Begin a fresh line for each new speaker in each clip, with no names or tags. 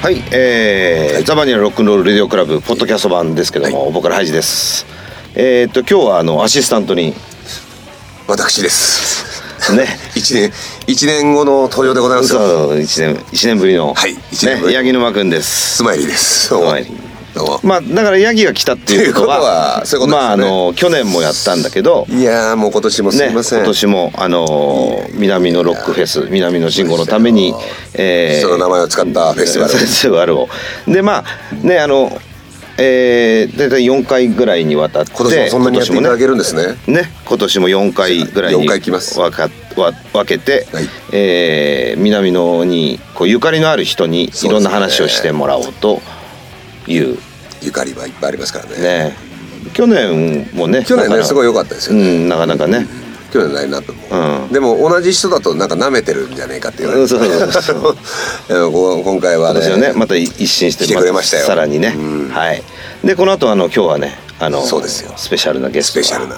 はい、えーザバニラロックンロールレディオクラブポッドキャスト版ですけども、僕からハイジです。えーっと今日はあのアシスタントにね、
私です。一年一年後の登場でございますよ。
嘘一年一年ぶりの、
はい一年ぶり
ね、八木沼くんです。
スマイリーです。どうも
スマイリ
どうも。
まあだからヤギが来たっていうことは
っていうことはそういうことですね
まああの去年もやったんだけど、
いやーもう今年もす
ね
みません。
今年もあのー南のロックフェス南の信号のために、えー
人の名前を使ったフェスティバル
フェスティバルをでまあねあのえー、大体4回ぐらいにわたって
今年もそんなにやっていただけるんですね。
ね、今年も4回ぐらいに
四回来ます
わかわ分けて、
はい
えー南野にこうゆかりのある人に
すね
いろんな話をしてもらおうという
ゆかりはいっぱいありますからね。
ね去年もね
去
なか
年
な
ね
か
すごい良かったです
う
よね。
んなかなかね、
去年のラインナップも、
うん
でも同じ人だとなんか舐めてるんじゃねえかって言わ
う
れ
ん
て
そうそうそうそう
でもこ今回は
今
ね
年はねまた一新して
来てくれましたよ
さらにね、
うん
はいでこの後あの今日はねあの
そうですよ
スペシャルなゲス
ス
ト
ペ
が
シャルな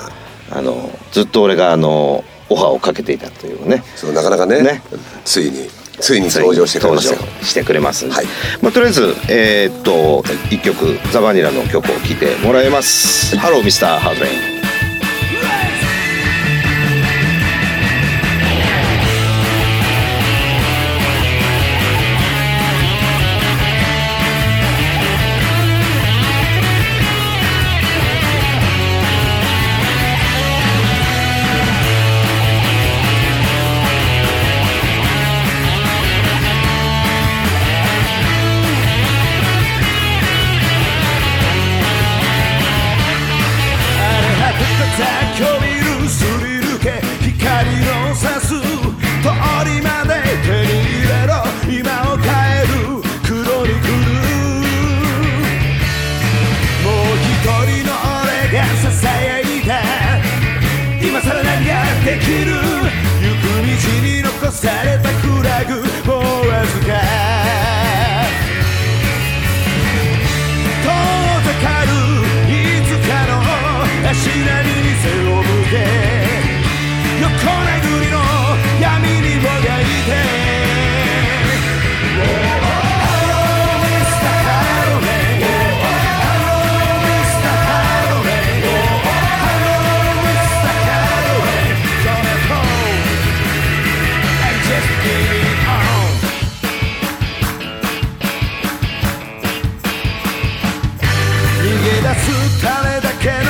あのずっと俺があのオファーをかけていたというね
そうなかなかね
ね
ついについに登場してくれますよ
登場してくれますんで
はい
まあ、とりあえず、えーっと1曲「ザ・バニラ」の曲を聴いてもらいます「ハローミスターハードレイン」
荒れ果てた雑居ビルすり抜け光の差す通りまで手に入れろ今を変える黒に来るもう一人の俺がささやいた今さら何ができる行く道に残されたフラグもうわずか遠ざかるいつかの足並みに背を向け横殴りの闇にもがいて Oh, Mr. Halloween. Oh, Mr. Halloween. Oh, Mr. Halloween. Gonna fall and just give it on. 逃げ出す彼だけの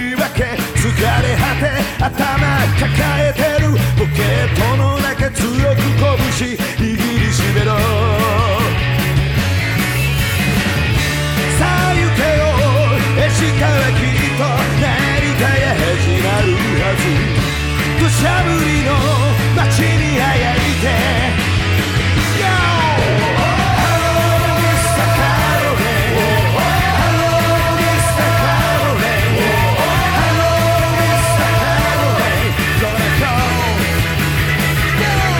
言い訳疲れ果て頭抱えてるポケットの中強く拳握りしめろさあ行けよ絵下はきっと何かが始まるはず土砂降りの街にあやいて Yo! Hello, Mr. Caroline. Mr. Caroline. Hello, Mr. Caroline. Gonna go. Hello,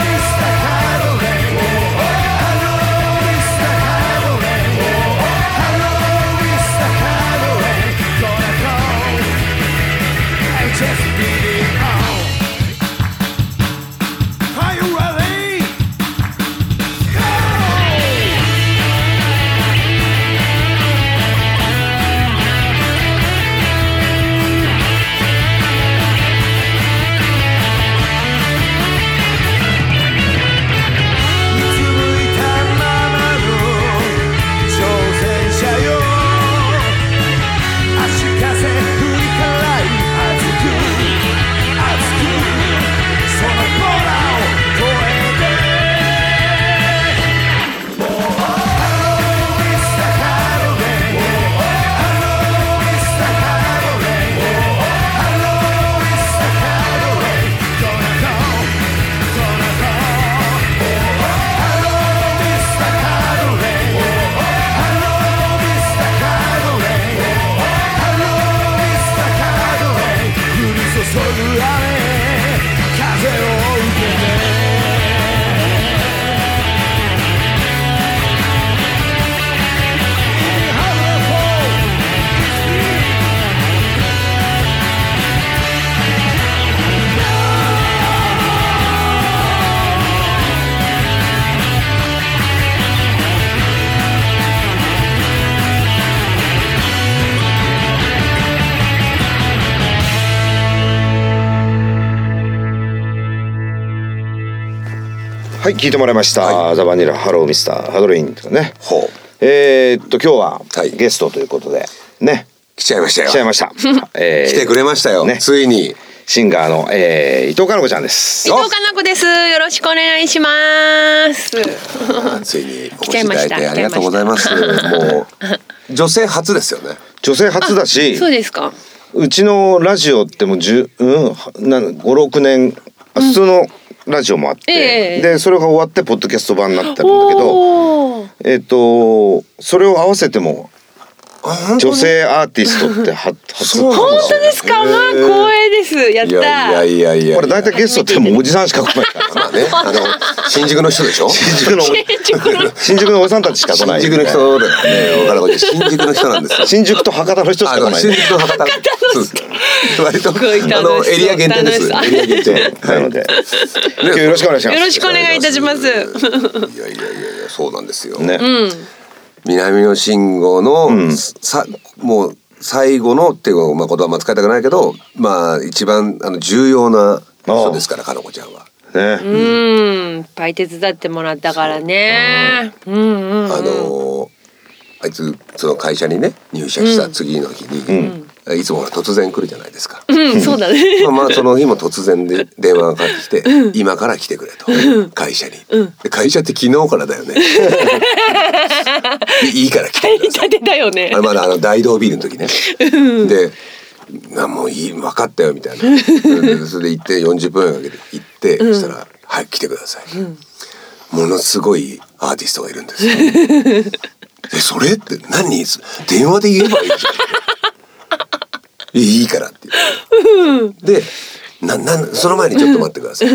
Mr. Caroline. Hello, Mr. Caroline. Hello, Mr. Caroline. Gonna go. I just did it all.
はい聞いてもらいました、ザ・バニラハローミスターハドレインとかね
ほう
えーっと今日は
はい
ゲストということでね
来ちゃいましたよ
来ちゃいま した、えー
来てくれましたよ、
ね
ついに
シンガーの、えー伊藤かの子ちゃんです
伊藤かな子です。よろしくお願いします。
ついにお越し
来ちゃい
いた
ま
だ
し
いて
た
ありがとうございますもう女性初ですよね
女性初だし
そうですか。
うちのラジオってもう10うんな56年あ普通のラジオもあって、
ええ
でそれが終わってポッドキャスト版になってるんだけど
おお。
えっ、とそれを合わせても女性アーティストっては初
そうなんだ
本当ですか。
へー
まあ光栄です。やった
いやいやいやいや
これ大体ゲストってもうおじさんしか来ないから
まあねあの 新宿の人でしょ
新宿の
建築の
新宿のおじさんたちしか来な
新
い
宿の人だよね分からない新宿の人なんですよ
新宿と博多の人しか
あ
来
の
ない
新宿の博多そうです割と
ごい楽しそう
あのエリア限定です
楽し
エ
そう
リア限定
なので今日よろしくお願いします
よろしくお願いいたします。
いやいやいやいやそうなんですよ、
ね、
南の信号の、さもう最後のっていうまあ言葉はあんま使いたくないけどまあ一番あの重要な人ですからかのこちゃんは。
ね
うん。いっぱい手伝ってもらったからね。うんうん。
あのーあいつその会社にね入社した次の日に、いつもほら突然来るじゃない ですか。
うん、そうだ ね。
まあまあその日も突然で電話がかかってきて「今から来てくれ」と会社に、で会社って昨日から だよねいいいから来てください
立てだよね
あれ。まだあの大道ビールの時ね。で、なもういい分かったよみたいな。でそれで行って40分かけて行って、そしたらはい来てください。ものすごいアーティストがいるんですよ。えそれって何電話で言えばいいじゃん。えいいからって言って。で、ななんその前にちょっと待ってください。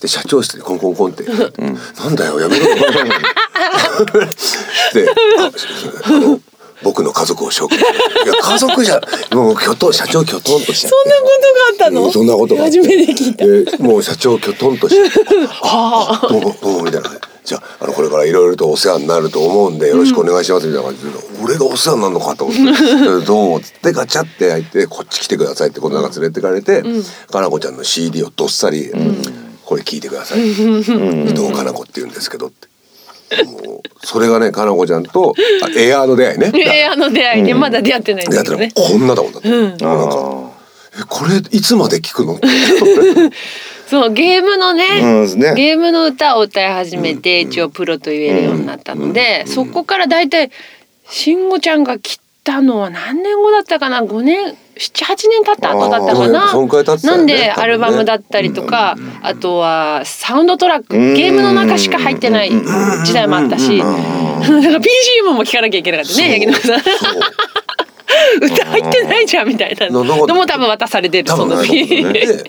で社長室でコンコンコンって、なんだよやめろ。で、ああの僕の家族を紹介。いや家族じゃもうきょとん社長きょとんとしちゃって。
ことがあった
うんそんなことがあって
聞い。
でもう社長きょとんと して「ああどうもどうも」みたいな「じゃああのこれからいろいろとお世話になると思うんでよろしくお願いします」みたいな感じで「俺がお世話になるのか」と思って「どうも」っつってガチャって開いて「こっち来てください」ってこの中連れてかれて、かなこちゃんの CD をどっさり「これ聞いてください」伊藤かなこって言うんですけど」って。もうそれがねかなこちゃんとあエアーの出会いね。
えー、あの出会いね、まだ出会ってないん
出会
だ
っ
け
たら
どね。
こんなだもんだって、なん
あ
か
ー
えこれいつまで聞くのって
そうゲームのね,、
うんね
ゲームの歌を歌い始めて、一応プロと言えるようになったので、そこから大体慎吾ちゃんが来たのは何年後だったかな5年78年経った後だったか
あー
な
そんくらい経ってたよね
な
多分
んで
ね
アルバムだったりとか、あとはサウンドトラックゲームの中しか入ってない時代もあったし、だから BGM も聴かなきゃいけなかったね八木沼さん
そう
歌入ってないじゃんみたいなの
ななんか
も多分渡されてる
多
そ
分
の
ない
時。
と思うねで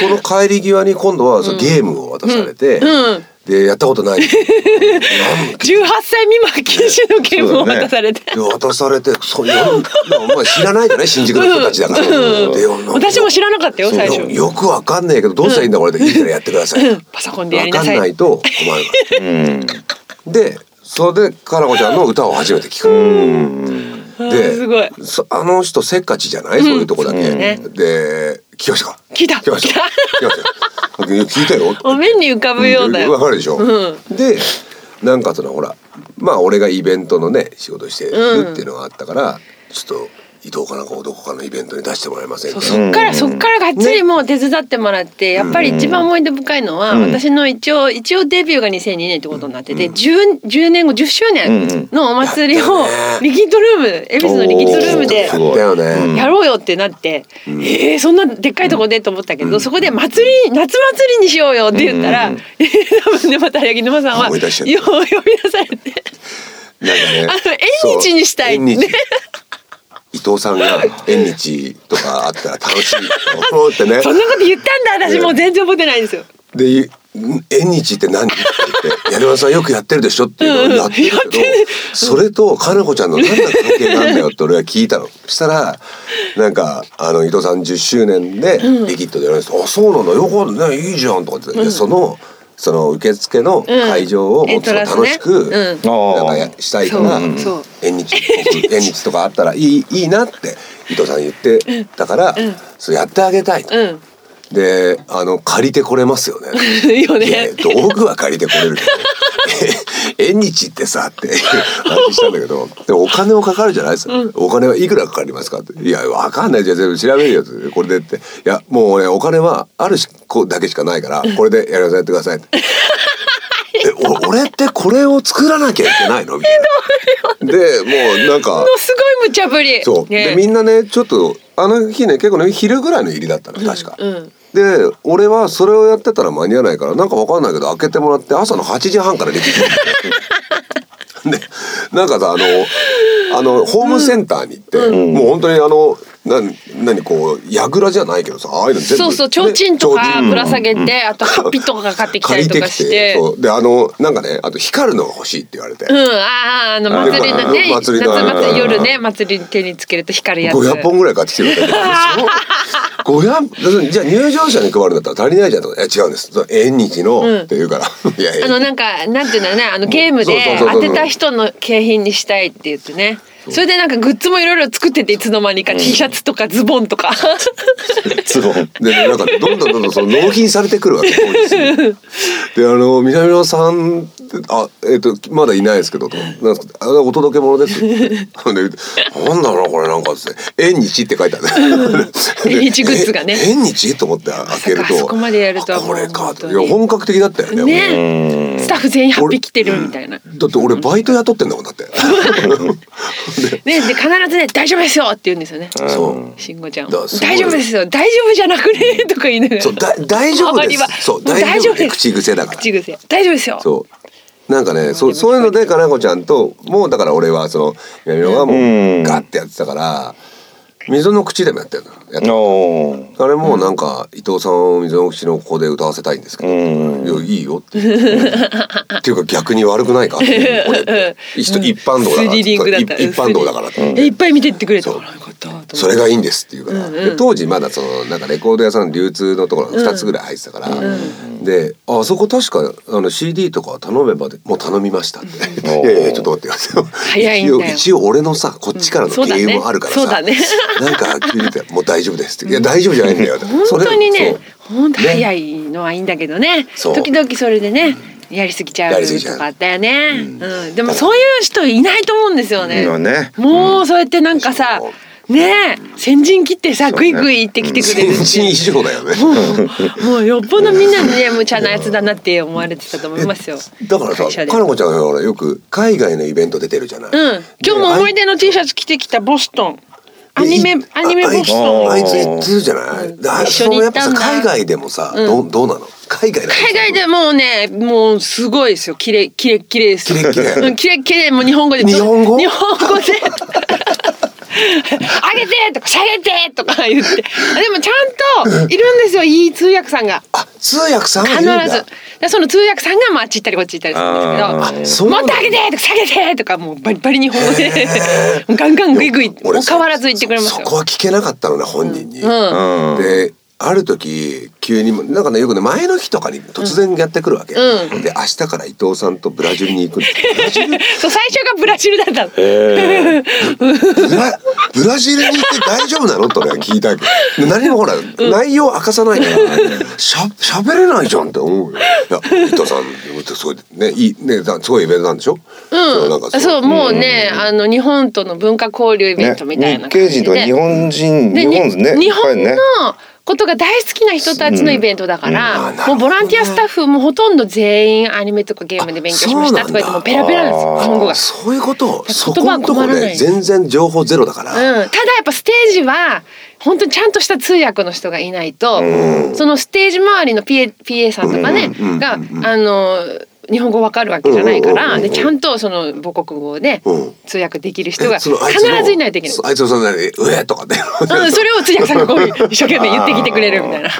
その帰り際に今度はそのゲームを渡されて、
うん
でやったこと ないなんで
18歳未満禁止のゲームを渡されて、
渡されてそういやいやお前知らないじゃない新宿の人たちだから、
うん
でなんか
私も知らなかったよ
そう
最初
よよくわかんないけどどうしたらいいんだこれでいいからやってください、
うんパソコンでや
わ
り
か
なんさい
ないと困るから
うん
でそれでかなこちゃんの歌を初めて聞く、
あーすごい
でそあの人せっかちじゃない、そういうとこだけ、
ね
で聞きましたか
聞いた
聞きました聞きましたいや聞いたよ
お面に浮かぶようだ
わ
よ、
かるでしょ、でなんかそのほらまあ俺がイベントのね仕事してるっていうのがあったから、ちょっと伊藤かなんかをどこかのイベントに出してもらえません
そ
か
うそっからそっからがっつりもう手伝ってもらって、やっぱり一番思い出深いのは、私の一応一応デビューが2002年ってことになってて、10, 10年後10周年のお祭りを
うんうんやったよね
リキッドルーム恵比寿のリキッドルームで
おーす
だ
ごい
よね、
うん
やろうよってなって、えーそんなでっかいとこでと思ったけど、そこで祭り夏祭りにしようよって言ったら、 多分ねまた八木沼さんは
思
よ
い出しちゃった
う呼び出されて
なんかね
あの縁日にしたい
そう縁日伊藤さんが縁日とかあったら楽しいと思ってね
そんなこと言ったんだ私もう全然覚えてないんですよ。
でん縁日って何って言って「矢沼さんよくやってるでしょ」っていうのをやってるけど、それとかなこちゃんの何が関係なんだよって俺は聞いたのそしたらなんかあの伊藤さん10周年で「リキッドでやるんです」あそうなんだよかったねいいじゃん」とかって言って、でその。その受付の会場をもっと楽し
う
く
んエン
なんかやしたいから
そうそう
縁日縁日とかあったらいいいいなって伊藤さん言ってだからそれやってあげたいと
うん
であの借りてこれますよね。
いいよ
いや
ね。
道具は借りてこれるけど 縁日ってさって話したんだけどでもお金もかかるじゃないですか、お金はいくらかかりますかって「いやわかんないじゃあ全部調べるよ」って「これで」って「いやもう俺お金はあるしこうだけしかないからこれでやらさせてください」 って。えお俺ってこれを作らなきゃいけないのみたいな。でもうなんか
のすごい無茶ぶり。
そう、
ね
でみんなねちょっとあの日ね結構ね昼ぐらいの入りだったの確か。
うん
で俺はそれをやってたら間に合わないからなんかわかんないけど開けてもらって朝の8時半からでき るでなんかさあのあのホームセンターに行って、もう本当にあのなん何こうやぐらじゃないけどさああいうの全部
そうそう、提灯とか
ね
ぶら下げて、あとハッピーとかが買ってきた
借り
りと
て
か
き
して
て。そうであのなんかねあと光るのが欲しいって言われて、
うん、ああ、あの祭りのね、
あ
夏
祭りだ
祭り夜ね、祭りに手につけると光るやつ。
500本ぐらい買ってきてるんだ けどその500要するにじゃあ入場者に配るんだったら足りないじゃんとか「いや違うんです」その縁日の、
うん
って言 うから「いやいや
あのなんかなんていうんだろうねあのゲーム
そうそ
で
うそうそ
当
う
てた人の景品にしたいって言ってねそれでなんかグッズもいろいろ作ってていつの間にか T シャツとかズボン とか
ズボン
で、ね、なんかどんどんどんどんその納品されてくる わけ法律にであの南野さんってあえっ、とまだいないですけどとなんすかあお届け物 です」でなんだろうなこれなんか」ですね「縁日」って書いてある
縁日グッズがね
え縁日と思って開ける
まさか
と
あそこまでやるとは
あこれ
も
か
う本
と
当
い
に
や本格的だったよね
ねスタッフ全員ハッピー着てるみたいな。
だって俺バイト雇ってんだもんだって
ねで必ずね「大丈夫ですよ」って言うんですよね
そう
慎吾ちゃん
だ
は
からす
「
ごい
大丈夫ですよ大丈夫じゃなくね」とか言いながら
そうだ大丈夫で
周りは
すそう
もう
大丈夫って
です
口癖だから
口癖大丈夫ですよ
そうなんかねそう
でも
そういうのでかなこちゃんともうだから俺はその南野がも
う
うんガッてやってたから溝の口でもやってるのやって
おー
あれもうなんか伊藤さんを溝の口のここで歌わせたいんですけど「
うん
いやいいよ」って言ってっていうか逆に悪くないかこ れって一一般道だから
スリリングだった
一一般道だからって
えいっぱい見てってくれた
そう
よかったと思って
それがいいんですって言うから、
うんうん
で当時まだそのなんかレコード屋さん流通のところが2つぐらい入ってたから、で「あそこ確かあの CD とか頼めばでもう頼みました」って「
ん
いやいやちょっと待ってください」
早いんだよ
一応一応俺のさこっちからの
そうだ
経
ね
由もあるからさ、
そうだね
なんか急に言って「もう大丈夫です」って「いや大丈夫じゃないんだよ」って
本当にね
それ
本当
ね
早いのはいいんだけどね
そう
時々それでねやりすぎちゃ
や
う
りすぎちゃう
とかあったよね、うん、でもそういう人いないと思うんですよね
今ね
もうそうやってなんかさ
そ
ねえ先陣切ってさグイグイ行ってきてくれ
そ
る
う
って
先人以上だよね。
もうよっぽどみんなにね無茶なやつだなって思われてたと思いますよ
だからさ
会社
か
で
なこちゃんがほらよく海外のイベント出てるじゃない。
うん今日も思い
で
出の T シャツ着てきたボストンアニメ
い
アニメボストン
ああいついつじゃない。だ
一緒に
その
行
やっ
っ
ぱ
た
さ
んだ
海外でもさ、どうどうなの？海外だと
海外でもうねもうすごいですよきれきれきれです
キレッキレ
うんキレッキレもう日本語で
日本語
日本語で 上げてとか下げてとか言ってでもちゃんといるんですよいい通訳さんが
あ通訳さんがい
必
る
ず
ん
だ
だ。
からその通訳さんがまああっち行ったりこっち行ったりするん
あ
ーあ
です
そ
け
う
ど
な
も
ん
っ
だ
と上げてとか下げてとかもうバリバリ日本語で ガンガングイグイ
俺
お変わらず言ってくれます
そ
よ
そこは聞けなかったのね本人に。
うん
である時急になんかねよくね前の日とかに突然やってくるわけ、
う
で明日から伊藤さんとブラジルに行くんですブラジル
そう最初がブラジルだったの
え
ブラブラジルに行って大丈夫なのと俺は聞いたわけど何もほら、内容明かさないからしゃ喋れないじゃんって思うよいや伊藤さんすごいねいいねだすごいイベントなんでしょ、そうなんか
そうもうね、あの日本との文化交流イ
ー
ベントみたいな
日
感
系
じで、
人とか日本人
で
日
に
本ね
日
いっぱい
本
ね
のことが大好きな人たちのイベントだから、
うんうんあ
もうボランティアスタッフもほとんど全員アニメとかゲームで勉強しましたとか言って
あそうなんだ
もうペラペラなんですよ
あー
日本語が。
そういうこと
言葉
そこんとこ
困らな
ね
い
全然情報ゼロだから、
うん、ただやっぱステージは本当にちゃんとした通訳の人がいないと、そのステージ周りの PA, PA さんとかね、が、あの日本語わかるわけじゃないから、
うんうんうんうん
でちゃんとその母国語で
うん
通訳できる
え
人が必
そのあいつの
ずいないといけない。
そうあいつのそんなに「上」とかね、
うん、それを通訳さんがこ う一生懸命言ってきてくれるみたいな。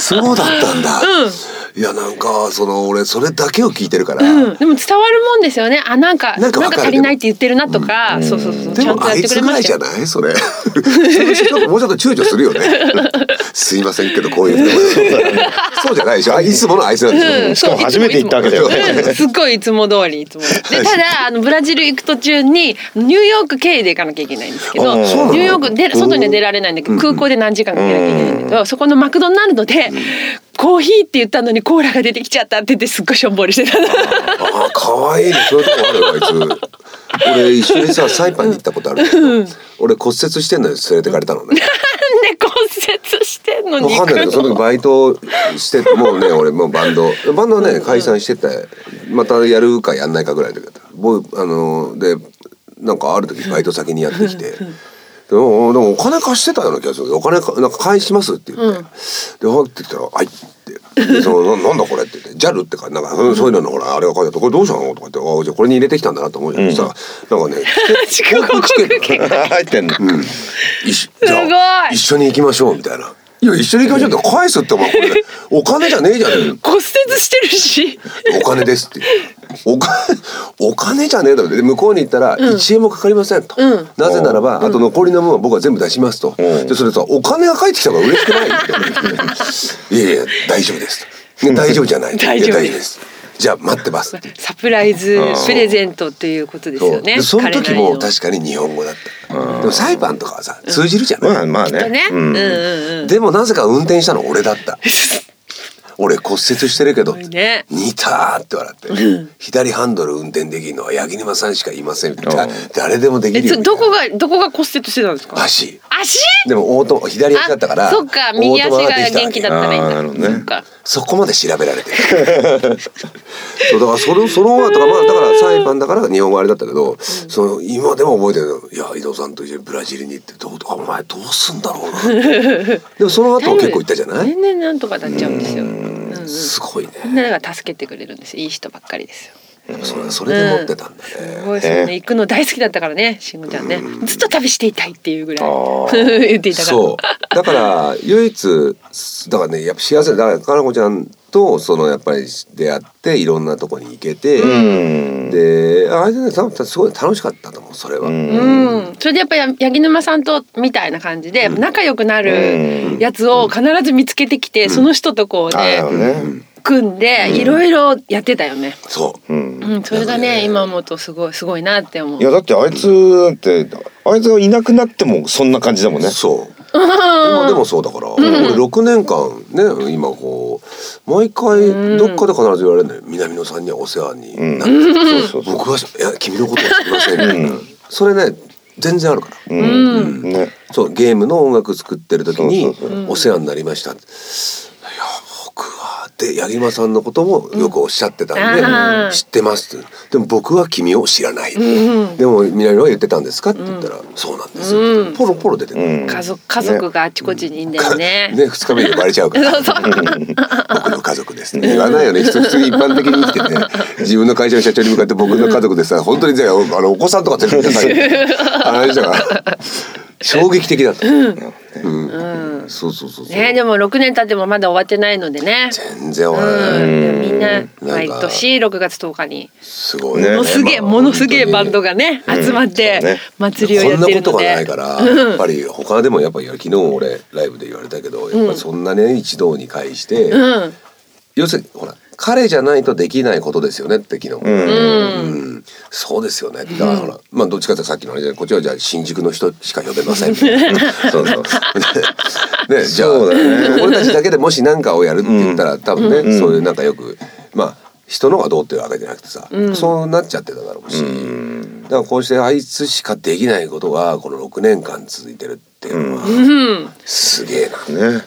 そうだったんだ、
うん
いやなんかその俺それだけを聞いてるから、
うん、でも伝わるもんですよね。あ、なんか、
な
なんん
か
か
わかる
足りないって言ってるなとか、そうそうそう、
で
ちゃん
も
と
あ
やっ
い
てく
つ
れ
ぐ
ま
らい
し
じ
た
ゃ
よ。
ないそれ 普通の人もうちょっと躊躇するよね すいませんけどこういう人そうじゃないでしょあいつものあいつなんですよ、
う
しか
ん、
も初めて行ったわけだよね。
うんすっごいいつも通りいつも通りでただあのブラジル行く途中にニューヨーク経由で行かなきゃいけないんですけど
あ
ニ
そうな
の
ューヨークで外には出られないんだけど空港で何時間か行かなきゃいけないんだけどそこのマクドナルドでコーヒーって言ったのにコーラが出てきちゃったって言ってすっごいしょんぼりしてた
ああ可愛いねそういうとこあるよあい つ俺一緒にさサイパンに行ったことあるけど、俺骨折してんのに連れてかれたのね
なんで骨折してんのに
分
行
かん
く
ないけどその時
の
バイトしてて もうね俺もうバンドバンドはね解散しててまたやるかやんないかぐらいの時だったボイあのでなんかある時バイト先にやってきて。でもでもお金貸してたような気がするけどお金かなんか返しますって言って、で入ってきたら「はい」ってでそのな「なんだこれ」って言って「JAL」ってかなんかそうそういうののほらあれが書いてあって「これどうしたの?」とかって「あじゃあこれに入れてきたんだな」と思うじゃん、そしたらなんか ね
四国
航空券
入ってんの。
一緒じゃ
すごい
あ一緒に行きましょうみたいな「いや一緒に行きましょう」って返すってお前これお金じゃねえじゃねえ
骨折してるし
お金ですってお金お金じゃねえだろで向こうに行ったら1円もかかりませんと、
うん
なぜならば、あと残りの分は僕は全部出しますと、でそれさお金が返ってきたから嬉しく ないみたいな「いやいや大丈夫です」と「いや 大丈夫じゃない」いや
大丈夫です
じゃあ待ってます」って
サプライズプレゼントっていうことですよね
でその時も
彼なりの
確かに日本語だった、でも裁判とかはさ通じるじゃない、
まあまあ
とね
ね。
うんうんうん
でもなぜか運転したの俺だ った。俺骨折してるけど、
ごいね
似たーって笑って、左ハンドル運転できるのは八木沼さんしかいませんみたいな
うん
誰でもでき
え
るよ
ちょどこ
が
がどこが骨折してたんですか
足
足
でもオート左足だったから
あそっか右足
オートマ
が
できたわけ
元気だったらいいんだ
あーなるほどね
そっか
そこまで調べられてる そうだからそれその後とかまあだから裁判だから日本語あれだったけど、その今でも覚えてるのいや伊藤さんと一緒にブラジルに行ってどうとかお前どうすんだろうな ってでもその後は結構行ったじゃない
全然なんとかなっちゃうんですようんうん
すごいね
みんなだから助けてくれるんですいい人ばっかりですよ
でもそれそれで持ってたんだね
す、ごいですよね行くの大好きだったからね慎吾ちゃんねずっと旅していたいっていうぐらい
あー
言っていたから
そうだから唯一だからねやっぱ幸せだからかなこちゃんとそのやっぱり出会っていろんなとこに行けて、
うん。
であれでね多分すごい楽しかったと思うそれは、
うん
うん、それでやっぱり八木沼さんとみたいな感じで仲良くなるやつを必ず見つけてきて、その人とこう
ああだ
ね
よね。。
組んでいろいろやってたよね、
そううん
うん、それがね今思うとすごいすごいなって思う
いやだってあいつだってあいつがいなくなってもそんな感じだもんね。
そう今でもそうだから、俺6年間ね今こう毎回どっかで必ず言われるのよ南野さんにはお世話になって、
そうそうそう。
僕は「いや君のことは知りません」みたいな、それね全然あるから。
うん。ね。
そうゲームの音楽作ってる時に
そうそう
お世話になりました。いや僕はで八木間さんのこともよくおっしゃってたん
あ
で、
ー
知ってますって。でも僕は君を知らない。でも南野は言ってたんですかって言ったら、そうなんです、ポロポロ出てくる。
うん。
家族家族があちこちにいんだよね
ね、二日目でバレちゃう から僕の家族ですね言わないよね人普通に一般的に生きて て自分の会社の社長に向かって僕の家族でさ本当にじゃああのお子さんとか連れてくださいって話だから衝撃的だった、うんそうそうそうそう、
ねでも6年経ってもまだ終わってないのでね
全然終わら
う
ない、
んでもみんな
なん
毎
か
年6月10日に
すごい
ね
ね
ものすげえ
まあ
ものすげえバンドがね集まっ
そう
て
ね
祭りを
こ
や
ん
っ
な
て
こ
る
と
の
が
で
ないからやっぱり他でもやっぱり昨日俺ライブで言われたけどやっぱりそんなね一堂に会して、
うん
要するにほら彼じゃないとできないことですよねって昨日、
うん
うんそうですよねだからほら、まあどっちかってさっきのあれじゃないこっちはじゃあ新宿の人しか呼べませんみたいな そうそうねじゃあ、
そうだ
俺たちだけでもし何かをやるって言ったら、多分ね、そういうなんかよくまあ人のがどうっていうわけじゃなくてさ、そうなっちゃってただろうし、だからこうしてあいつしかできないことがこの6年間続いてるっていうのは、すげえな、
ね。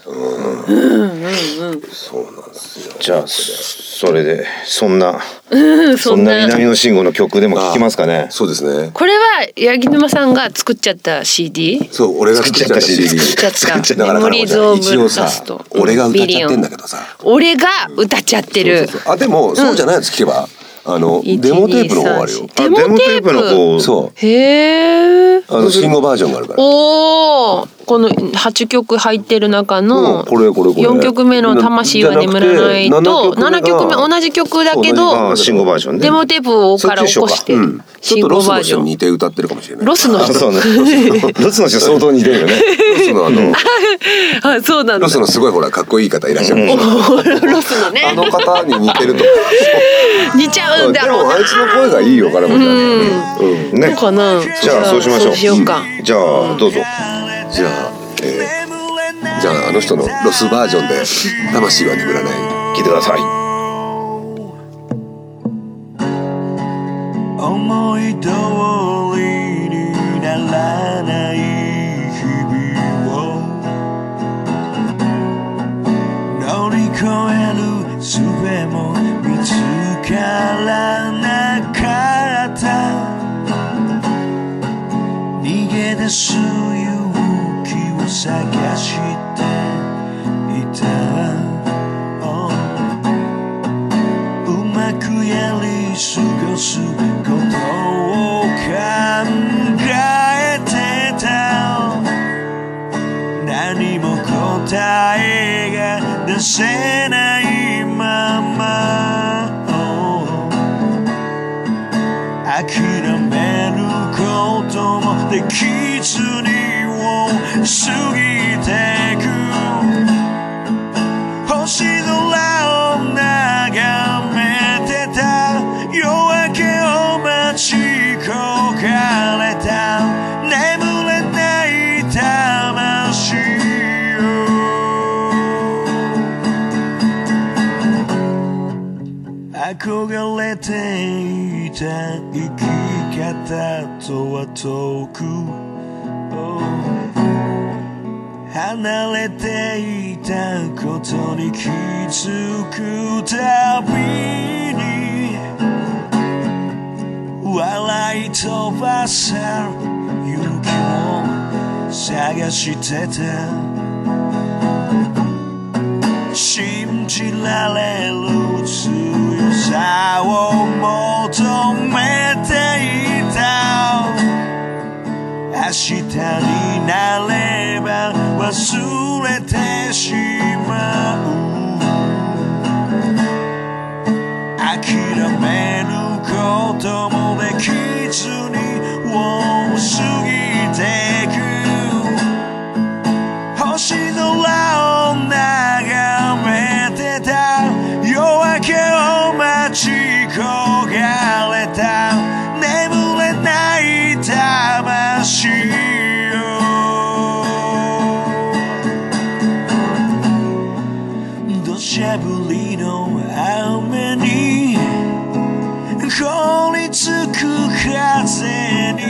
そうなんですよ
じゃあそれでそんな
うん
そ
そ
ん
ん
な
な
南野慎吾の曲でも聴きますかね。
そうですね
これは八木沼さんが作っちゃった CD
そう俺が作っちゃった CD
作
っちゃった
作っちゃった
メモリーズオブ
一応さ
ラスト
俺が歌っちゃってんだけどさ
俺が歌っちゃってる
そうそうそうあでもそうじゃないやつ聞けば、あのデモテープの方あるよ
デモテープ
の方
そう
へえ
あの信号バージョンがあるから
おおこの8曲入ってる中
うん
の
これこれこれ
4曲目の「魂は眠らない」
じゃなく
と
て7
7
曲
曲
目
目
が
同じ曲だけ
あ
そう同
ど
ー信号バージョンね
デモテープをから起こして
うんちょっ
信
と
号
ロス
バー
の
ジ
人
ョ
に
ン
似て歌ってるかもしれない。
ロスの
あ
人
そうねロスの人相当似てるよね
ロスのあの
あそうなんだ
ロスのすごいほらかっこいい方いらっしゃる。
ロスの
あ
ね
の方に似てると。
似ちゃうん
で
だろう
もあいつの声がいいよからもちゃんうん。
ね
なかな
じゃあそうしましょう
そうしようか
じゃあどうぞ
じゃあ、えーじゃああの人のロスバージョンで魂は眠らない。
聞いてください
思い通りにならない日々を乗り越える術も見つからなかった逃げ出す勇気を探していた、Oh うまくやり過ごすことを考えてた何も答えが出せないまま諦めることもできずにを過ぎてく星空を眺めてた夜明けを待ち焦がれた眠れない魂を憧れていた生き方とは遠く、Oh 離れていたことに気づくたびに笑い飛ばせる勇気を探してた信じられる強さを求めていた明日になれば忘れてしまう諦めることもできずにを過ぎてく星空を眺めてた夜明けを待ち焦がれた眠れない魂を土砂降りの雨に凍りつく風に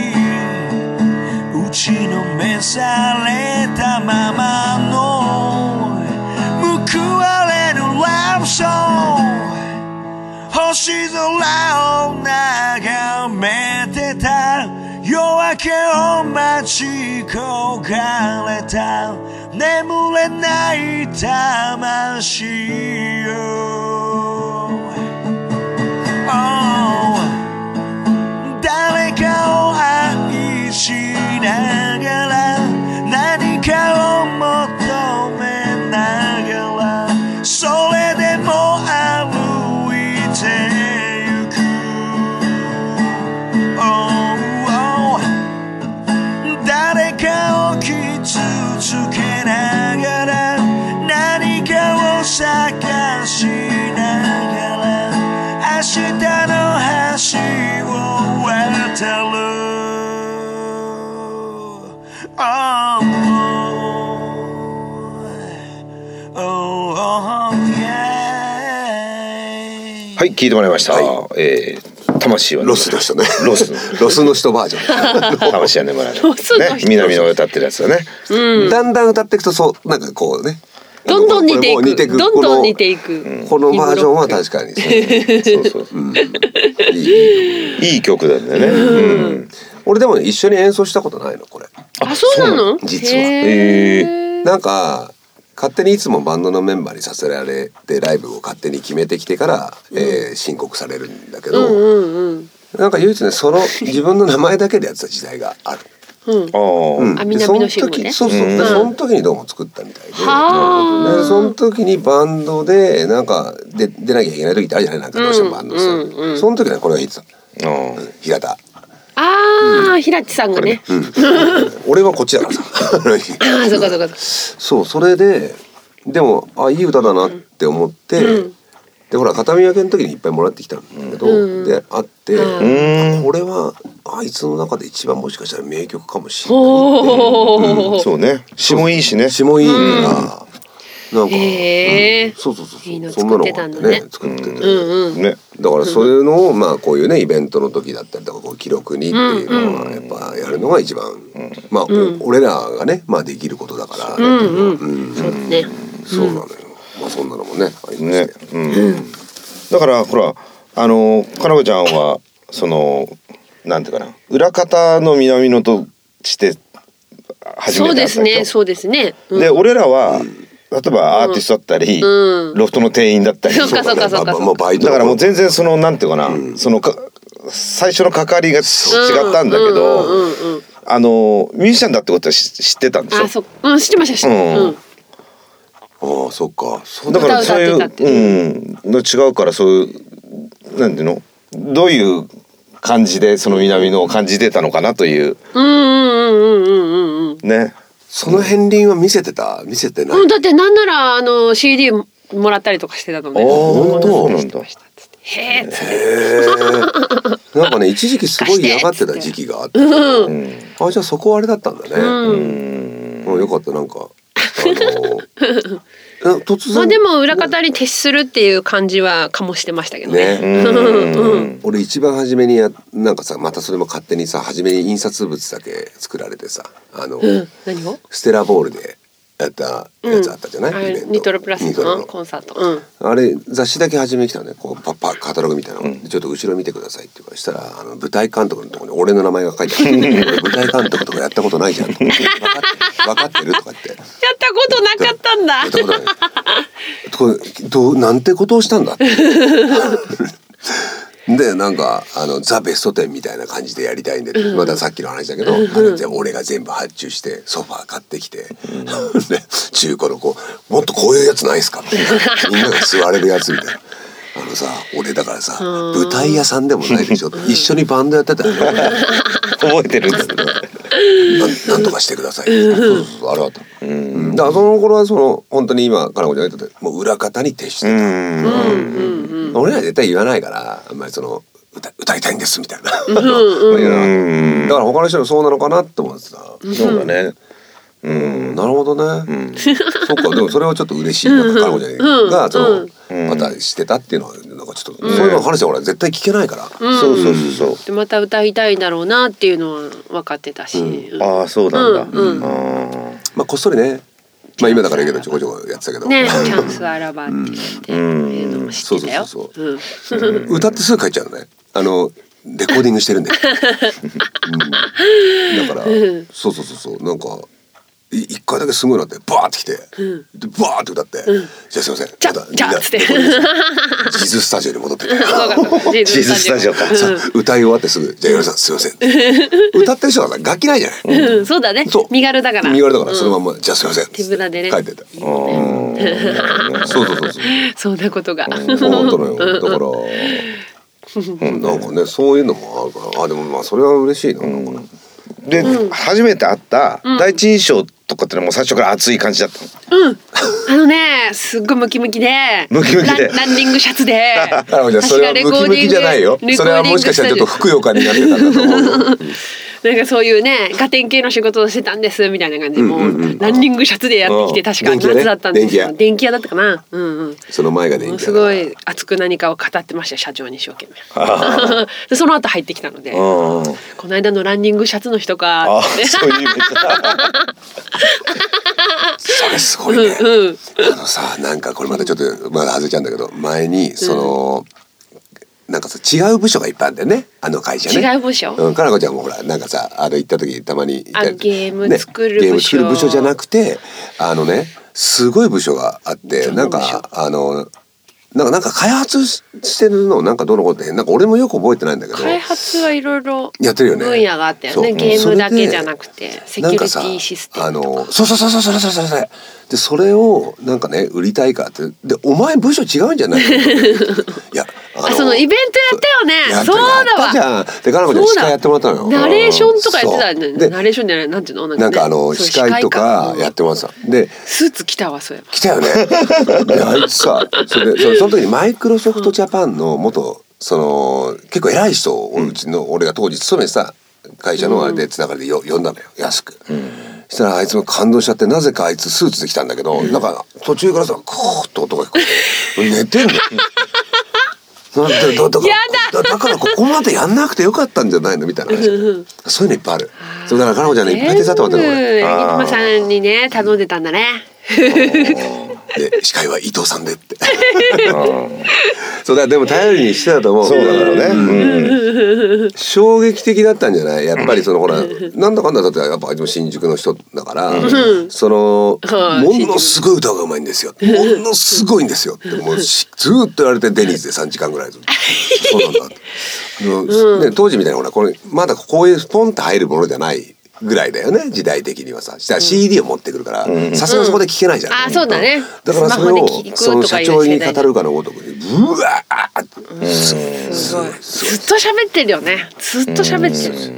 打ちのめされたままの報われるラブソング星空を眺めてた夜明けを待ち焦がれた眠れない魂を Oh 誰かを愛しながら何かを求めながらそれでも歩いてゆく、Oh, oh 誰かを傷つけながら何かを探しながら明日の橋を渡る Oh, oh, oh, yeah.
はい聞いてもらいました、えー魂は眠らない
ロスの人ね。
ロスの
ロスの人バージョン。
魂は眠らない
ロスの人
ね南の歌ってるやつだね
だんだん歌っていくとそうなんかこうね。
どんどん似てい
こ
く
れもう
どんどん似てい
く
く、
この。このバージョンは確かにそう
そうそう
いい。いい
いい曲なんだよね、うん
俺でもね一緒に演奏したことないのこれ。
あそうなの
実は
へー
なんか勝手にいつもバンドのメンバーにさせられてライブを勝手に決めてきてから、えー申告されるんだけ
う
ど、
んうんうん
なんか唯一ねその自分の名前だけでやってた時代がある。
うん
あー、
うん
あ南の信号ね
でその時そうそう、
うん
でその時にどうも作ったみたいで。
はあ
でその時にバンドでなんかで出なきゃいけない時ってあるじゃないなんかどうしてもバンドする、
うんうんうん
その時はこれが弾いてた
あ
うん平田
ああ、平地さんがね。
俺はこっちだからさ
ああ、そうかそうかそうか。
そうそれででもあいい歌だなって思って、
うん
でほら片見分けの時にいっぱいもらってきたんだけど、
うん
であって、
う
うん
これはあいつの中で一番もしかしたら名曲かもしれない
おお。
そうね詩もいいしね
って下井が、なんか、
へ
うん
ー
そうそうそう
いいの
そんなのがあってね
作
作ってて、
うんうん。
ね
だからそういうのをまあこういうねイベントの時だったりとかこう記録にっていうのはやっぱやるのが一番、まあ、お俺らがね、まあ、できることだから、
うんうん
うん
そうね。
そうなのよ、まあそんなのもねありま
ね
して、
うん、だからほらあのかなこちゃんはそのなんていうかな裏方の南野として始めた
そうですね、
でし
そうですね。
ょ
うん
で俺らは、例えばアーティストだったり、
うん
ロフトの店員だったり
そうかそうかそうか
まあまあバイト
だからもう全然そのなんていうかな、そのか最初の関わりが違ったんだけど、
うんうんうんうん
あのミュージシャンだってことは知知ってたんで
あ、
すよ。
そう。うん、知ってました。知ってました
うん
うん。
ああそっかそう
だから
歌
そうい
歌って
う
たって
うんの違うからそういうなんていうのどういう感じでその南のを感じてたのかなという
うんうんうんうんうんうん。
ね。
その片鱗は見せてた見せてない、
うん、だってなんならあの CD もらったりとかしてたのね。
本当
こんなの
そうなん
して
だ
ましたっつってへえっつって。
へえなんかね一時期すごい嫌がってた時期があってあじゃあそこはあれだったんだね、うんよかったなん かあのえ突然
まあでも裏方に徹するっていう感じはかもしてましたけどね。
ね
うん
俺一番初めにやなんかさまたそれも勝手にさ初めに印刷物だけ作られてさあの、
うん、何を？
ステラボールでやったやつあったじゃない、
あ
イベ
れ
ント
ニトロプラス
ニトロ
の
の
コンサート。うん。
あれ雑誌だけ始めに来たのねこうパッパッカタログみたいなの、ちょっと後ろ見てくださいって言うからしたらあの舞台監督のところに俺の名前が書いてある 俺舞台監督とかやったことないじゃん分かって分かってるとかってやっ
やったことなかったんだ。
たことないこれどうなんてことをしたんだって でなんかあのザ・ベストテンみたいな感じでやりたいんで、またさっきの話だけど、あれで俺が全部発注して ソファー買ってきて、で中古の子「もっとこういうやつないですか?」ってみんなが座れるやつみたいな。あのさ俺だからさ舞台屋さんでもないで しょ一緒にバンドやってたよな
覚えてるんです。
なんとかしてくださいそうそうそうあれはあった、うん、だからその頃はその本当に今かなこちゃんが言ってたもう裏方に徹して
う
た
ん
うんうん
俺ら絶対言わないからあんまりその歌歌いたいんですみたいな、
うんうん。
うん
だから他の人もそうなのかなって思ってた、
そうだね。うん
なるほどね、そっかでもそれはちょっと嬉しいなんか彼女じゃないがその、またしてたっていうのはなんかちょっと、そういうの話は俺は絶対聞けないから、
そうそうそうそ
でまた歌いたいだろうなっていうのは分かってたし。う
うんああそうなんだ。
うんうん
あ
まあこっそりねまあ今だからいいけどちょこちょこやってたけど、
ね、チャンスあらばって言って、いうのも知ってたよ。
そうそう
うん
歌ってすぐ書いちゃうのねあのレコーディング してるんで、うんだから、そうそうそうそうなんかい一回だけすごいなってバーってきて、でバーって歌って、じゃあすいません
じゃ
また
じゃ
みんな
つって
レコーディングしてジズスタジオに戻ってて
そうかそうか ジ
ーズスタジオか
うん
歌い終わってすぐ「じゃあ岩井さんすいま せん」歌ってる人はさ楽器ないじゃない、
うんそうだね
そう。
身軽だから。
身軽だからそのまんま「じゃあすいません」
手ぶらでね
書いてた
あうん。
そうそうそうそう
そんなことが。
そうだったのよ。だから、なんかね、そういうのもあるから、あ、でもまあそれは嬉しいな。なんかね
で、初めて会った第一印象とかってのはもう最初から熱い感じだった の。
あのね、すっごいムキムキで、
ムキムキで
ランランニングシャツで、
だ からじゃあそれはムキムキじゃないよ
レコ
そ
ーディン。グ
れはもしかしたらちょっとふくよかになってたんだと思うよ。
なんかそういうね、ガテン系の仕事をしてたんですみたいな感じで、もうランニングシャツでやってき
うん
て、確か
電気屋ね
夏だったんです
電気
よ。
屋
電気屋だったかな。うんうん。
その前がね
もの、すごい熱く何かを語ってましたよ社長に一生懸命 でその後入ってきたのでこ
あ
の間のランニングシャツの人か
あ、そういう意味か。
それすごいね。あのさ、なんかこれまたちょっとまだ外れちゃうんだけど、前にその。なんかさ違う部署がいっぱいあるんだよねあの会社ね
違う部署
うん、かなこちゃんもほらなんかさあの行った時たまにいたり
あゲーム作る部署
ゲーム作る部署じゃなくてあのねすごい部署があってなんかあのなんかなんか開発ししてるのなんかどうのことってなんか俺もよく覚えてないんだけど
開発はいろいろ
やってるよね
分野があったよ
そ
ね
う
ゲームだ
それ
け
で
じゃなくてセキュ
な
リ
ん
テ
かさ
ィシステ
あ
ムとか
のそうそうそうそうそれそれそれそれでそれをなんかね売りたいかってでお前部署違うんじゃないのいやあ
あそのイベントやったよねそう
や
だ
ったじ
わ
ゃんでかなこちゃん
そう
司
だ
会やってもらったのよ
ナレーションとかやってたよ
そう
ね
で
ナレーションじゃないなんていうのなんか,、
な
ね、
んかあの
そう
司会とかやってもらってたで
スーツ着たわそういえば
来た よねであいつさそれでそその時にマイクロソフトジャパンの元その結構偉い人をうちの俺が当時勤めてた会社のあれでつながりでよ呼んだのよ安く。そしたらあいつも感動しちゃってなぜかあいつスーツで来たんだけど、なんか途中からさコーッと音が聞こえて寝てんの。なんでだだからだだからここまでやんなくてよかったんじゃないのみたいな話そういうのいっぱいあるそうだからかなこちゃんねいっぱい手伝ってもらったの俺
全部
あー
生駒さんにね頼んでたんだね
で司会は伊藤さんでって。そうだでも頼りにしてたと思う。
そうだからね。うん。
衝撃的だったんじゃないやっぱりそのほらなんだかんだだってやっぱあいつも新宿の人だから、その、
はい
ものすごい歌がうまいんですよものすごいんですよってもうしずーっと言われてデニーズで3時間ぐらいずっとそうなんだって もうね当時みたいなほらこれまだこういうポンって入るものじゃないぐらいだよね時代的にはさしたら CD を持ってくるからさすがにそこで聴けないじゃん、
うんあそうだね
だからそれ
スマ
を
ホで聞くとかいう
その社長に
世代
語るかのごとくうわーって
すごいずっと喋ってるよねずっと喋ってる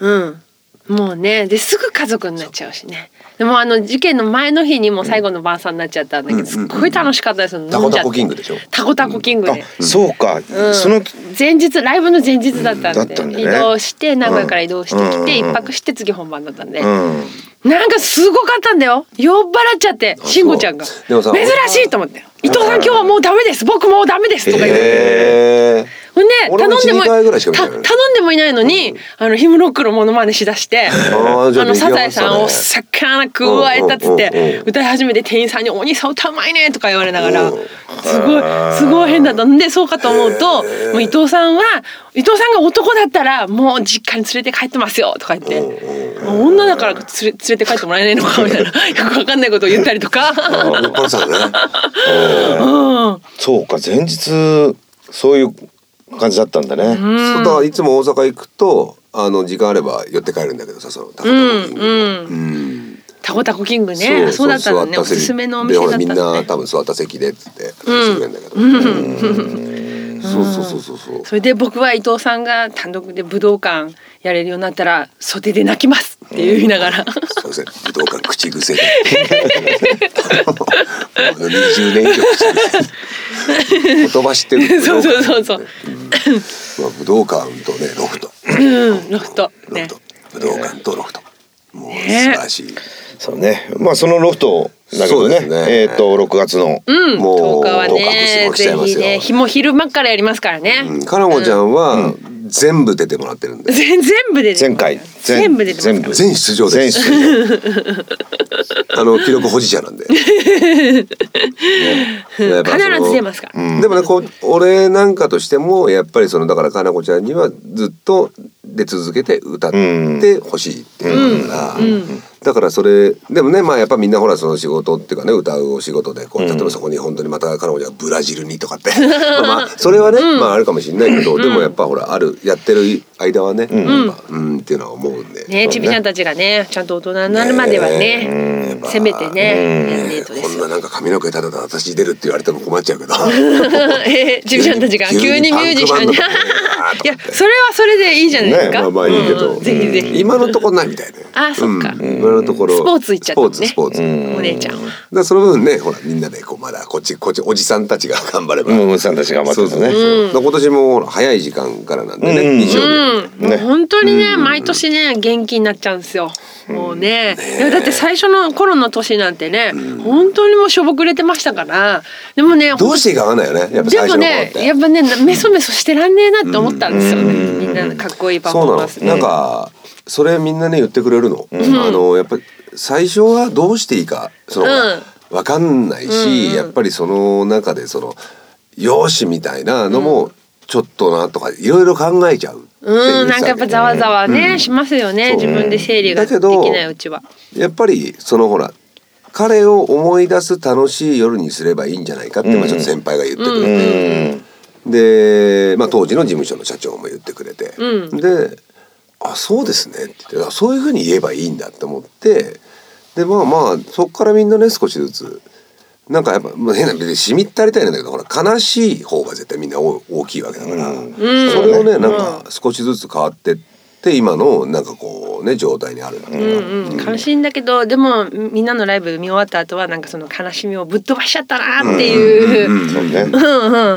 うんもうねですぐ家族になっちゃうしねでもあの事件の前の日にもう最後の晩餐になっちゃったんだけど、すっごい楽しかったですよ飲んじ
タ
ゃ
コ
って
タコキングでしょ
タコタコキングで、
あ、そうか。その
前日ライブの前日だった
だ
んで
ったんだね
移動して名古屋から移動して
うん
きて
うん
一泊して次本番だったんで、
うん。
なんかすごかったんだよ酔っ払っちゃって慎吾ちゃんが
そうで
珍
もさ
しいと思って「伊藤さん今日はもうダメです僕もうダメです」とか言って。
へえ。
ほんで
俺も
頼んでも
1-2回ぐらいしか見て
た
ない
頼んでもいないのに、あのヒムロックのモノマネしだしてあ
ーじゃあ
の
出来
サ
上
ザ
が
エ
った
さ
ね
んを魚くわえたっつっ
うんうんうん
て
うん
歌い始めて店員さんに「お兄さん歌うまいね」とか言われながら
うん
すごいすごい変だったんでそうかと思うともう伊藤さんは伊藤さんが男だったらもう実家に連れて帰ってますよとか言って。女だから連れ連れて帰ってもらえないのかみたい なよくわかんないことを言ったりとか、
酔っ払ってたのね
うん、
そうか。前日そういう感じだったんだね。
そうだからいつも大阪行くとあの時間あれば寄って帰るんだけどさその高田の銀うん
タコタコキングねそうだったのね
座
お
席
すすめのお店だったん
でほらみんな
だね
多分座った席でっつって話してくれるんだけど、うんそうそうそうそうそう
それで僕は伊藤さんが単独で武道館やれるようになったら袖で泣きますって言いながら、
すいません武道館口癖で もう20年以上口癖言葉知ってる
そうそうそうそう、
まあ武道館とねロフト
うん、ロフト
ロ
ね
フト、武道館とロフトもう素晴らしい、
そうね。まあそのロフトだけ
そ
ど
うです
ね
ね。
えっと6月の。
うん
もう
10日は
10日
ね
も来ちゃ
ぜ
います
ひ
よ
ね日も昼間からやりますからね、
うん、かなこちゃんは全部出てもらってるんで、
全全部で
前回全
全部出てますから
全部
全出場で
全
す
出
あの記録保持者なんで、ねやっぱその
必ず出ますから
うんでもねこう俺なんかとしてもやっぱりそのだからかなこちゃんにはずっと出続けて歌ってほしいっていうから、だからそれでもねまあやっぱみんなほらその仕事っていうかね歌うお仕事でこう例えばそこに本当にまたかなこちゃんがブラジルにとかってまあまあそれはね、まああるかもしれないけど、でもやっぱほらあるやってる間はね、やっぱうんっていうのは思うんで。
ねちびちゃんたちがねちゃんと大人になるまではね
ねうん
せめてねやんねえとで
こ
す
ん
よ
ななんか髪の毛ただただ私出るって言われても困っちゃうけど
えちびちゃんたちが急にミュージシャン
急にパンク
にい
バンドとかね
やそれはそれでいいじゃないですか、
ね
まあまあいいけど、
うんぜひぜひ
今のところないみたいで
あそっか
ん今のところ
スポーツ行っちゃったもんね
スポーツスポーツ、だか
お姉ちゃんは。
らその分ねほらみんなでこうまだこっちこっちおじさんたちが頑張れば、
うんおじさんたち頑張って
そう
る
そうそう、
ね。
だから今年もほら早い時間からなんでね、
うん
日曜日、
うん、も
ね
う本当にね、毎年ね元気になっちゃうんですよ。もうね、いやだって最初の頃の年なんてね、本当にもうしょぼくれてましたから。でもね、
どうしていいかわかんないよねやっぱ
で
最初の頃
も
っ
ね
て、
やっぱね、メソメソしてらんねえなって思ったんですよね。みんなかっこいいパフ
そう
ォー
な
マン
の
ス。
なんかそれみんなね言ってくれるの、あのやっぱり最初はどうしていいかその、
うん
わかんないし、やっぱりその中でその容姿みたいなのもちょっとなとかいろいろ考えちゃうっていう
うん、なんかやっぱざわざわね、しますよね、
そう
自分で整理
だ
がで
け
き
ど
ないうちは。
やっぱりそのほら彼を思い出す楽しい夜にすればいいんじゃないかって、まあちょっと先輩が言ってくれて、
うん
で、まあ、当時の事務所の社長も言ってくれて、
う
で「あそうですね」って言ってあそういうふうに言えばいいんだって思ってでまあまあそこからみんなね少しずつなんかやっぱもう変な別にしみったりたいなんだけどほら悲しい方が絶対みんな大大きいわけだから、それをねなんか少しずつ変わってって今のなんかこうね状態にあるなとか、
うんうん、悲しいんだけどでもみんなのライブ見終わった後はなんかその悲しみをぶっ飛ばしちゃったなっていう、うん
そうね
う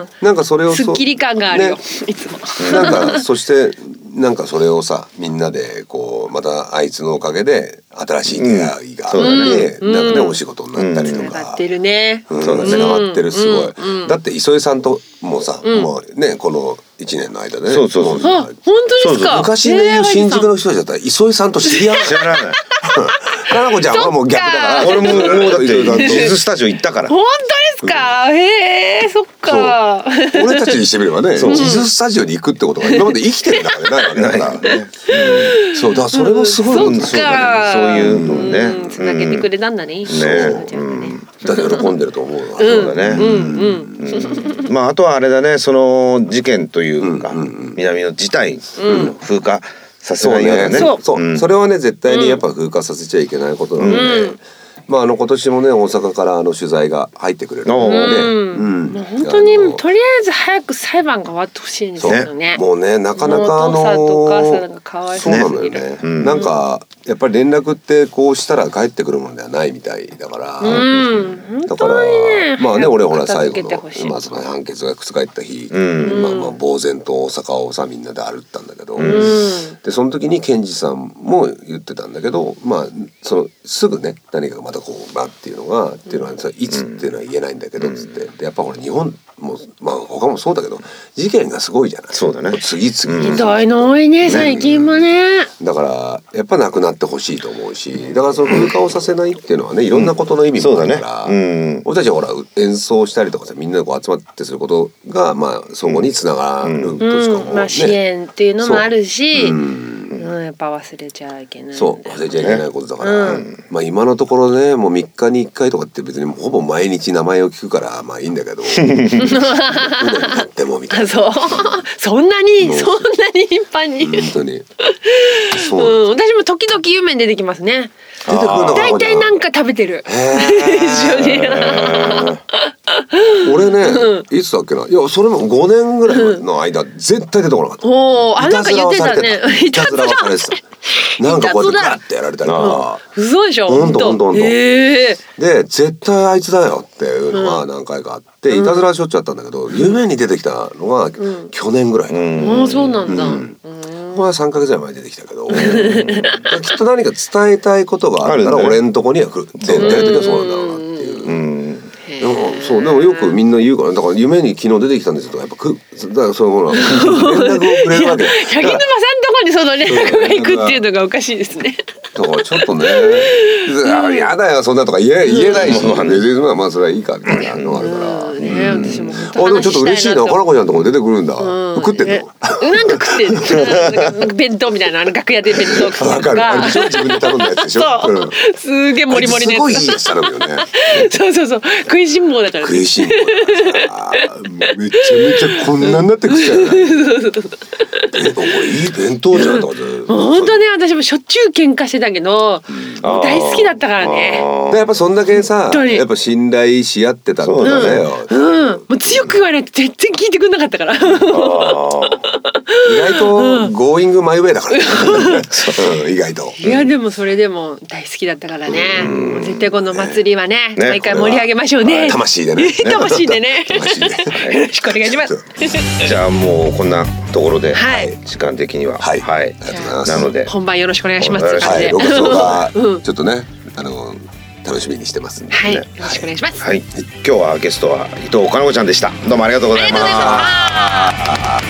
ん
なんかそれを
すっ
そ
きり感があるよ、
ね
いつも。
なんかそしてなんかそれをさみんなでこうまたあいつのおかげで新しい出会いがあって、
うんそうだ
うん
なんかね、
うん
お仕事になったりと
繋が
か
っ。てるね。
うん
そうだね
繋がってるすごい、
うんうん
だって磯江さんともさ、
うん
もうねこの一年の間でね
そうそうそう
も
あ本当ですか。
昔で言
えー
う新宿
ハ
の人たちだったら磯江さんと知り合 う
知らない
かなこちゃんはもう逆だから
俺ももうだって ジーズスタジオ行ったから
リーさん本当ですか。へえそっか。
俺たちにしてみればね
う
自主スタジオに行くってことが今まで生きてる中でないわけだから、うんそうだからそれもすごいもんです
そ
よ
っ
ね
か。
そういうのをね
うん繋げてくれたんだね。ね
ねえ
だって喜んでると思うわ、
そうだね
うんうん。
うんまああとはあれだねその事件というか南の事態を風化させ
そ
な
う
いような
ね
ね
そうそ
うん
れはね絶対にやっぱ風化させちゃいけないことなので、まああの今年もね大阪からあの取材が入ってくれるので、うん
もう本当に
あの
とりあえず早く裁判が終わってほしいんですよね。
もうねなかなかあの
もうお父さんとお母さんがかわいそ
そうう
すぎ
な
る
のよね、
ん
なんかやっぱり連絡ってこうしたら帰ってくるものではないみたいだから、
うん、
だ
本
から
当にね。
まあね
早く
俺ほら最
片
後
付け
の
てほしい
まず判決が覆った日、
ん
まあ、まあ呆然と大阪をさみんなで歩ったんだけど、
ん
でその時に検事さんも言ってたんだけどまあそのすぐね何かがまたこうバっていうのがっていうのはそれいつっていうのは言えないんだけどっつってでやっぱほら日本もまあ他もそうだけど事件がすごいじゃない
そうだね
次々
ひ
に
どいの多いね最近もね。
だからやっぱなくなってほしいと思うしだからその風化をさせないっていうのはねいろんなことの意味
そう
もあ
だ
る
ね
から、
うん
俺たちはほら演奏したりとかさみんなでこう集まってすることがまあそこにつながるとしか
う
も
ん、まあ支
ね、
援っていうのもあるし、
う
う
んん
やっぱ忘れちゃいけない。
そう忘れちゃいけないことだから、
う
まあ今のところねもう3日に1回とかって別にほぼ毎日名前を聞くからまあいいんだ けどでもみたい
あ
な
そう そんなに
もう
そんなに頻繁に。
本当にそうう、
ん、私も時々夢に出てきますね。
出てくるのが
大体なんか食べてる。 一緒に。
俺ね、いつだっけないやそれも5年ぐらいの間、絶対出てこなかった
おお、あ、
い
な
た
んか
ず
言
ら
っ
を
て
さ
た
れて
ね
た。いたずらをされて たなんかこうやって
いたずら
ガッてやられたりとか
嘘でしょ。
どんどんどんどん
へえ。
で絶対あいつだよっていうのが何回かあって、いたずらはしょっちゅうあったんだけど夢に出てきたのが去年ぐらい、
ああ、そうなんだ。
うんこれは3ヶ月ぐらい前に出てきたけ ど、きっと何か伝えたいことがあった
あ
ら
るんだね
俺のとこには来る絶対的にはそうなんだろうなっていう。
うん
へえ
でもそうでもよくみんな言うからだから夢に昨日出てきたんですよとかやっぱくだからそういうものは連絡をくれるわけだ
八木沼さんのとこにその連絡が行くっていうのがおかしいですね。
だからちょっとね「あやだよそんな」とか言え言えないし別にまあまあそれはいいかみたいなのがあるから。
うんね、私も本
あでも
当
ちょっと嬉しいな
話
かな
た
い
と
こちゃんとこ出てくるんだ、
うん
食ってんの
えなんか食ってんの なんか弁当みたいなあの楽屋で弁当食って
わ
る
か
と
るあれ
か
でしょ自分で頼んだやつでしょ
そう、すげえ
うん
モリモリ
あいつす
の
ごいいい
やつ
やつ頼むよね
そうそうそう食いしん坊だから
食いしん坊だからさもうめちゃめちゃこんなになってくっちゃうよねえこれいい弁当じゃんとかって
本当ね私もしょっちゅう喧嘩してたけど
あー
大好きだったから
あ
ね
ー
でやっぱそんだけさ
当に
やっぱ信頼し合ってたってことだよ、
うんもう強く言われて全然聞いてくれなかったから
意外と「ゴーイングマイウェイ」だから、ねうん意外と。
いやでもそれでも大好きだったからねもう絶対この祭りはね
ね
毎回盛り上げましょうね
魂でね
魂でね
魂で
よろしくお願いします
じゃあもうこんなところで
はい
時間的には
はい
は
あり
い
がとうございます
なので
本番よろしくお願いします
はい
はい、ロケ
ということ
ソ
で
がち
う
ょ
ん
っとね、あの楽しみにしてますんで。
はい、よ
ね
ろしくお願いします。
はい今日はゲストは伊藤かなこちゃんでしたどうもありがとうございま
ありがとうございま
した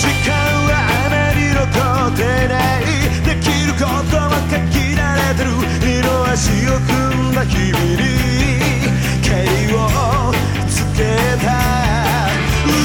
時間はあまり残ってないできることは限られてる二の足を踏んだ日々に蹴りをつけた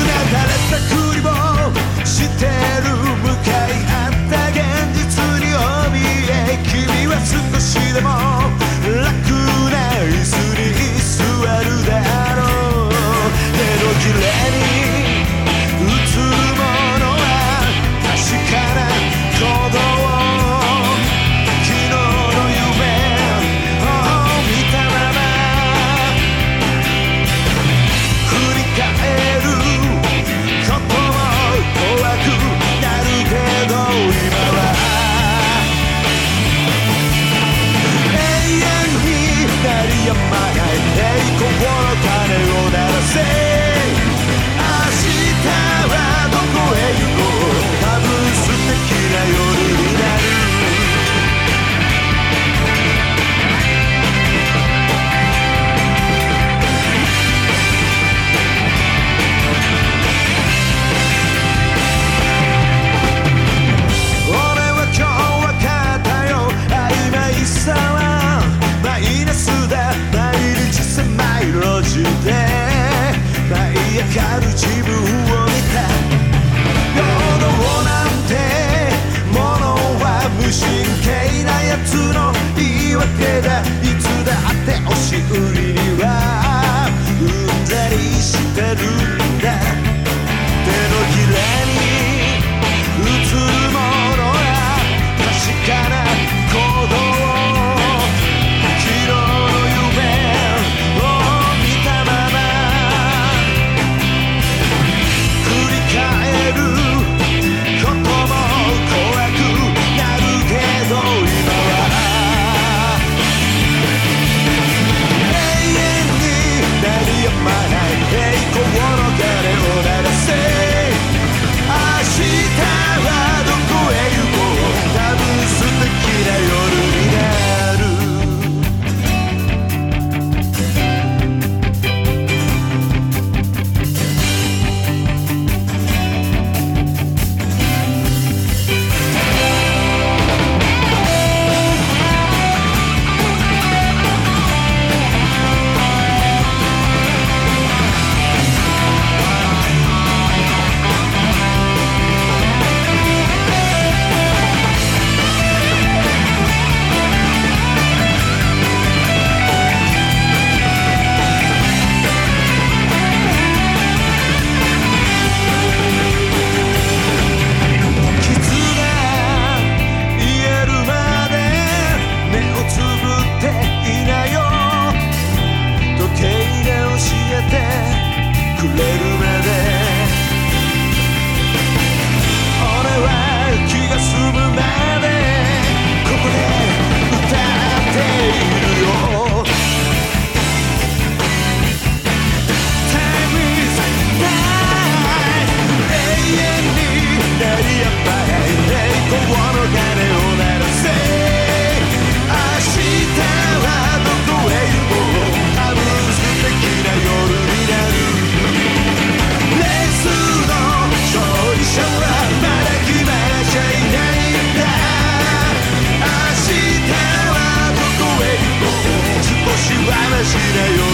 しなよ